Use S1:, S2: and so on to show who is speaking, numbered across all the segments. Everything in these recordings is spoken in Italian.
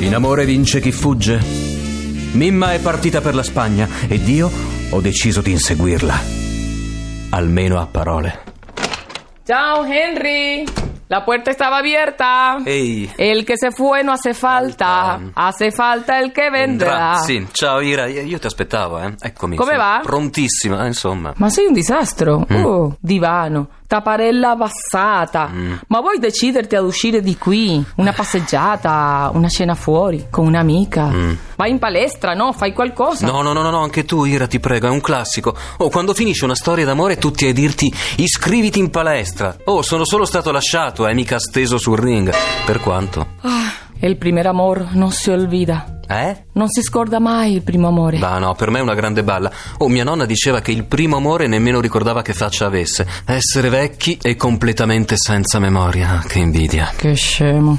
S1: In amore vince chi fugge. Mimma è partita per la Spagna ed io ho deciso di inseguirla. Almeno a parole.
S2: Ciao Henry. La puerta estaba abierta.
S1: Ehi.
S2: El que se fue no hace falta. Hace falta el que vendrá.
S1: Sì, ciao Ira, io ti aspettavo, eh. Eccomi.
S2: Come
S1: sono
S2: va?
S1: Prontissima, eh, insomma.
S2: Ma sei un disastro. Oh, divano, tapparella abbassata. Ma vuoi deciderti ad uscire di qui? Una passeggiata, una cena fuori, con un'amica? Vai in palestra, no? Fai qualcosa.
S1: No, no, no, no, no, anche tu, Ira, ti prego, è un classico. Oh, quando finisce una storia d'amore, tutti a dirti iscriviti in palestra. Oh, sono solo stato lasciato, eh, mica steso sul ring. Per quanto?
S2: Ah, il primer amor non si olvida.
S1: Eh?
S2: Non si scorda mai il primo amore.
S1: Bah, no, per me è una grande balla. Oh, mia nonna diceva che il primo amore nemmeno ricordava che faccia avesse. Essere vecchi e completamente senza memoria. Ah, Che invidia.
S2: Che scemo.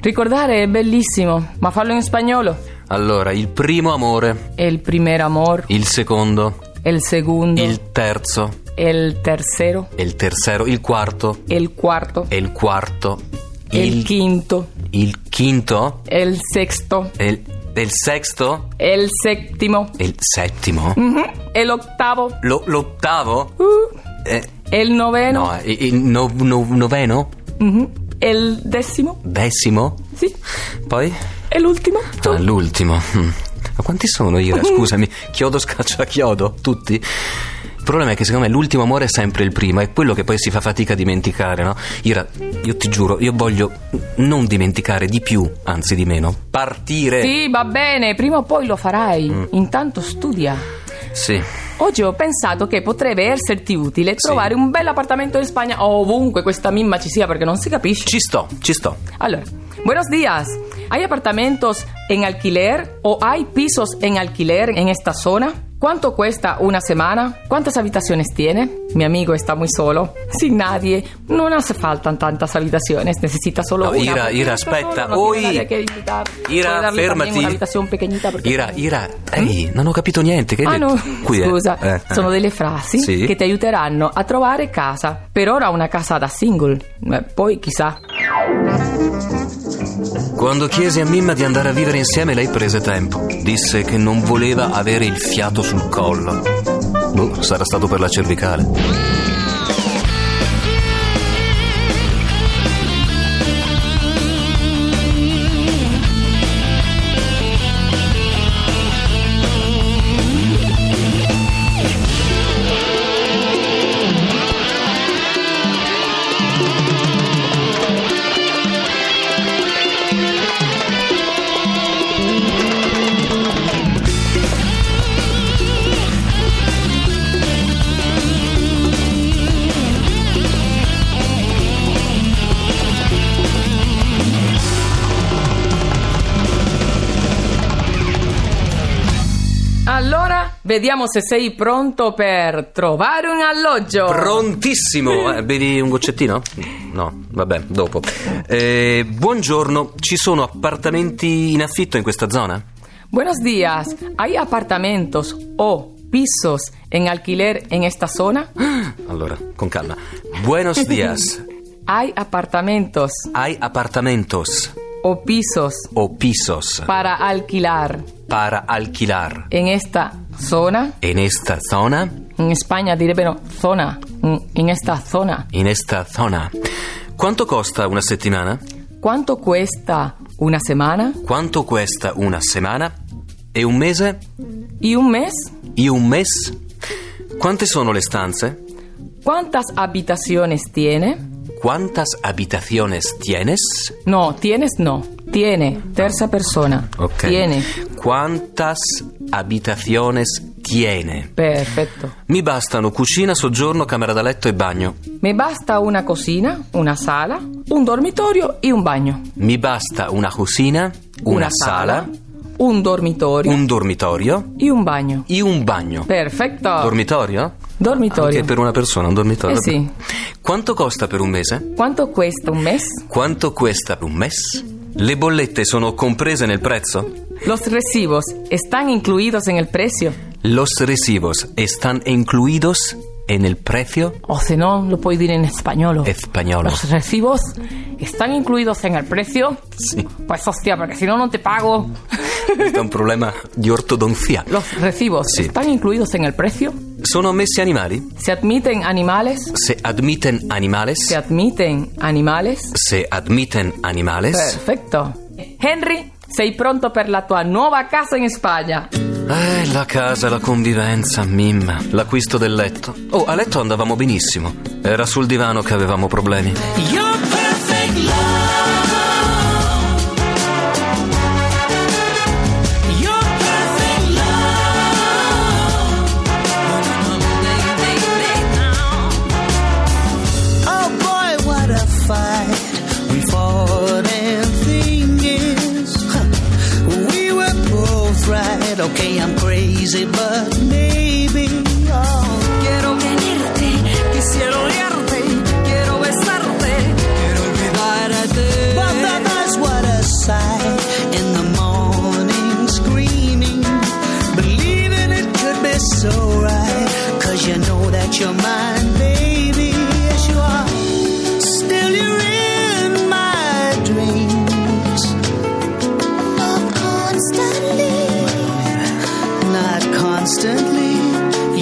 S2: Ricordare è bellissimo, ma fallo in spagnolo.
S1: Allora, il primo amore,
S2: El primer amor,
S1: il secondo,
S2: el segundo,
S1: il terzo,
S2: el tercero,
S1: e il terzo, il quarto,
S2: el cuarto,
S1: e il quarto,
S2: el quinto,
S1: il quinto,
S2: el sexto,
S1: e il, e il sexto,
S2: el séptimo.
S1: e il settimo,
S2: Ujú, El octavo.
S1: Lo- l'ottavo,
S2: Uh,
S1: Eh,
S2: El noveno.
S1: no, eh, il no- no- noveno,
S2: Ujú, El décimo.
S1: decimo,
S2: Sí.
S1: poi
S2: El último.
S1: Ah, l'ultimo. Mm. Ma quanti sono Ira? Scusami, chiodo scaccia chiodo, tutti? Il problema è che secondo me l'ultimo amore è sempre il primo, è quello che poi si fa fatica a dimenticare, no? Ira, io ti giuro, io voglio non dimenticare di più, anzi di meno. Partire!
S2: Sí, va bene. Prima o poi lo farai.
S1: Mm.
S2: Intanto studia.
S1: Sì.
S2: Oggi ho pensato che potrebbe esserti utile trovare un bel appartamento in Spagna o ovunque questa mimma ci sia perché non si capisce.
S1: Ci sto, ci sto.
S2: Allora, buenos días. ¿Hay apartamentos en alquiler o hay pisos en alquiler en esta zona? ¿Cuánto cuesta una semana? ¿Cuántas habitaciones tiene? Mi amigo está muy solo, sin nadie. No hace falta tantas habitaciones, necesita solo
S1: No,
S2: una.
S1: Ira,
S2: porque
S1: Ira,
S2: esta sola
S1: aspetta.
S2: no tiene
S1: Oi.
S2: nadie que visitar. Puede
S1: Ira,
S2: darle también una
S1: fermati.
S2: habitación pequeñita porque-
S1: Ira, Ira, ehi, non ho capito niente, che hai
S2: Ah
S1: detto?
S2: no,
S1: E Qui è.
S2: scusa,
S1: Eh, eh.
S2: sono delle frasi
S1: Sì.
S2: che ti aiuteranno a trovare casa. Per ora una casa da single, eh, poi chissà.
S1: Quando chiesi a Mimma di andare a vivere insieme, lei prese tempo. Disse che non voleva avere il fiato sul collo. Boh, sarà stato per la cervicale.
S2: Allora, vediamo se sei pronto per trovare un alloggio.
S1: Prontissimo! Eh, bevi un goccettino? No, vabbè, dopo. Eh, buongiorno, ci sono appartamenti in affitto in questa zona?
S2: Buenos días. ¿Hay apartamentos o pisos en alquiler en esta zona?
S1: Allora, con calma. Buenos dias.
S2: ¿Hay apartamentos
S1: Hay apartamentos
S2: o pisos
S1: o pisos
S2: para alquilar
S1: para alquilar
S2: en esta zona?
S1: en esta zona?
S2: En España diré, pero zona, mm, en esta zona.
S1: In esta zona. Quanto costa una settimana?
S2: ¿Cuánto cuesta una semana
S1: Quanto questa una settimana? E un mese?
S2: y un mes?
S1: E un mes? Quante sono le stanze?
S2: ¿Cuántas habitaciones tiene?
S1: Quantas habitaciones tienes?
S2: No, tienes no. Tiene, terza persona.
S1: Ok.
S2: Tiene.
S1: Quantas habitaciones tiene?
S2: Perfecto.
S1: Mi bastano cucina, soggiorno, camera da letto e bagno.
S2: Me basta una cocina, una sala, un dormitorio y un baño.
S1: Mi basta una cucina, Una sala.
S2: un dormitorio
S1: un dormitorio
S2: y un baño.
S1: e un bagno.
S2: Perfecto.
S1: Dormitorio?
S2: Dormitorio.
S1: Anche per una persona, un dormitorio.
S2: Eh sì.
S1: Quanto costa per un mese?
S2: ¿Cuánto cuesta un mes?
S1: Quanto cuesta per un mese? Le bollette sono comprese nel prezzo?
S2: Los recibos están incluidos en el precio.
S1: Los recibos están incluidos en el precio?
S2: O si no, lo puedo decir en español.
S1: Español.
S2: Los recibos están incluidos en el precio.
S1: Sì.
S2: Pues hostia, porque si no, no te pago.
S1: Questo è un problema di ortodonzia.
S2: Los recibos
S1: Sí.
S2: están incluidos en el precio.
S1: Sono messi animali?
S2: Se admiten animales.
S1: Se admiten animales?
S2: Se admiten animales.
S1: Se admiten animales?
S2: Perfecto. Henry, sei pronto per la tua nuova casa in Spagna.
S1: Eh, la casa, la convivenza, mimma, l'acquisto del letto. Oh, a letto andavamo benissimo. Era sul divano che avevamo problemi.
S3: Your perfect love. Your perfect love. Oh boy, what a fight we fought and thing is, huh, we were both right. Okay, I'm crazy, but maybe. Oh, quiero venirte, quisiera olerte, quiero besarte, quiero olvidarte. Both of us, what a sight in the morning screaming, believing it could be so right. Cause you know that you're mine, baby. Yes, you are. Still, you're in my dreams. Not constantly.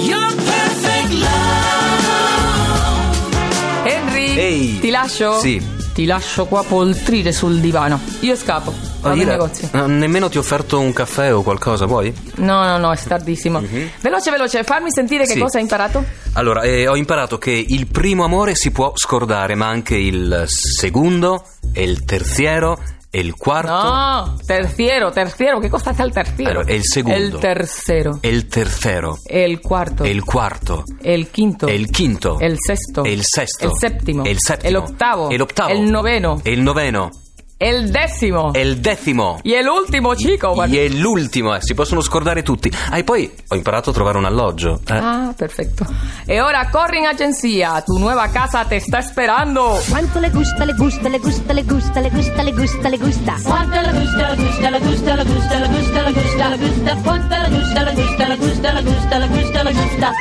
S3: You're perfect love.
S2: Henry,
S1: Ehi.
S2: ti lascio?
S1: Sì.
S2: Ti lascio qua poltrire sul divano. Io scappo. Vado in
S1: Ira,
S2: negozio.
S1: eh, nemmeno ti ho offerto un caffè o qualcosa, vuoi?
S2: No, no, no, è tardissimo. Veloce, veloce, fammi sentire che
S1: Mhm. Sì.
S2: cosa hai imparato.
S1: Allora, eh, ho imparato che il primo amore si può scordare, ma anche il secondo, e il terziero, e il quarto,
S2: No, terciero, terciero, che cosa sta il terciero?
S1: Allora, è il secondo.
S2: Il tercero.
S1: e il tercero,
S2: È il quarto.
S1: e il quarto,
S2: È il quinto.
S1: e il quinto,
S2: È il sesto.
S1: e il sesto,
S2: È il settimo.
S1: e il settimo,
S2: È l'ottavo.
S1: e l'ottavo,
S2: È il noveno.
S1: e il noveno,
S2: È il decimo.
S1: e il decimo.
S2: Y el último, chico. guarda.
S1: E è l'ultimo, eh, si possono scordare tutti. Ah, e poi ho imparato a trovare un alloggio. eh.
S2: Ah, perfecto. Y ahora corre en agencia. Tu nueva casa te está esperando.
S4: Quanto le gusta, le gusta, le gusta, le gusta, le gusta, le gusta, le gusta.
S5: Quanto la gusta, la gusta, la gusta, la gusta, la gusta, la gusta, la gusta. Quanto la gusta, la gusta, la gusta, la gusta, la gusta, la gusta.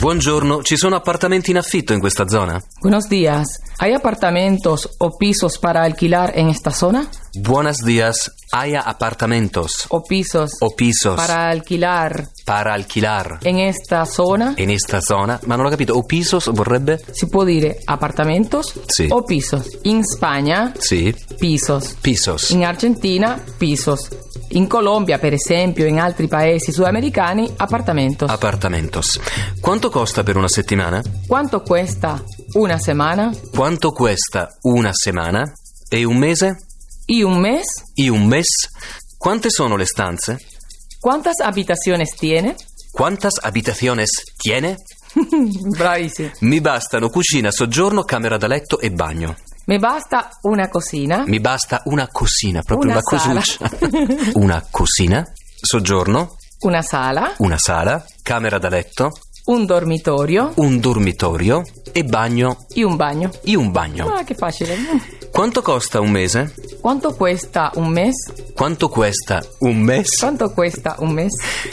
S1: Buongiorno, ci sono appartamenti in affitto in questa zona?
S2: Buenos días. ¿Hay apartamentos o pisos para alquilar en esta zona?
S1: Buenos días, haya apartamentos
S2: ¿O pisos
S1: o pisos para,
S2: para alquilar
S1: alquilar
S2: en esta zona?
S1: in questa zona? Ma non ho capito, o pisos vorrebbe?
S2: Si può dire apartamentos
S1: Sì.
S2: o pisos. En España,
S1: Sì,
S2: pisos.
S1: pisos.
S2: In Argentina, pisos. In Colombia, per esempio, in altri paesi sudamericani,
S1: Ah.
S2: apartamentos.
S1: Appartamentos. Quanto costa per una settimana?
S2: ¿Cuánto cuesta una semana
S1: Quanto questa una settimana? E un mese?
S2: y un mes?
S1: E un mese? Quante sono le stanze?
S2: ¿Cuántas habitaciones tiene?
S1: Quantas habitaciones tiene?
S2: Bravísimo.
S1: Mi bastano cucina, soggiorno, camera da letto e bagno.
S2: Me basta una cocina,
S1: Mi basta una cosina, proprio
S2: Una
S1: una, cosuccia. una cosina, soggiorno,
S2: una sala,
S1: una sala, camera da letto,
S2: un dormitorio
S1: un dormitorio e bagno.
S2: y un baño.
S1: E un bagno.
S2: Ah, qué fácil.
S1: Quanto costa un mese?
S2: ¿Cuánto cuesta un mes?
S1: Quanto cuesta un mese?
S2: ¿Cuánto cuesta un mes?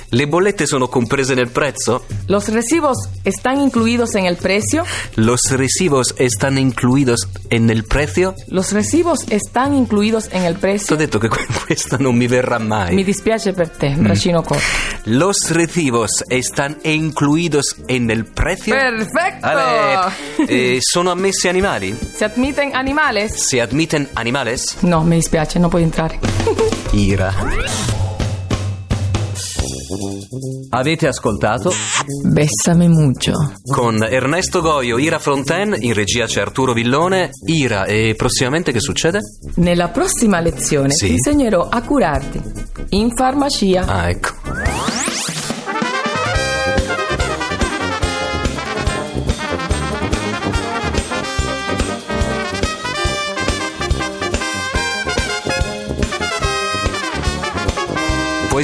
S1: Le bollette sono comprese nel prezzo?
S2: ¿Los recibos están incluidos en el precio?
S1: Los recibos están incluidos en el precio?
S2: ¿Los recibos están incluidos en el
S1: Ti ho
S2: precio?
S1: detto che que- questa non mi verrà mai.
S2: Mi dispiace per te, bracino corto.
S1: Los recibos están incluidos en el precio?
S2: Perfecto.
S1: Ale, eh, sono ammessi animali?
S2: ¿Se admiten animales?
S1: Se admiten animales?
S2: No, me dispiace, no puedo entrar.
S1: Ira. Avete ascoltato
S2: Bésame mucho.
S1: con Ernesto Goio, Ira Fronten, in regia c'è Arturo Villone, Ira e prossimamente che succede?
S2: Nella prossima lezione
S1: Sì.
S2: ti insegnerò a curarti in farmacia.
S1: Ah, ecco. Puoi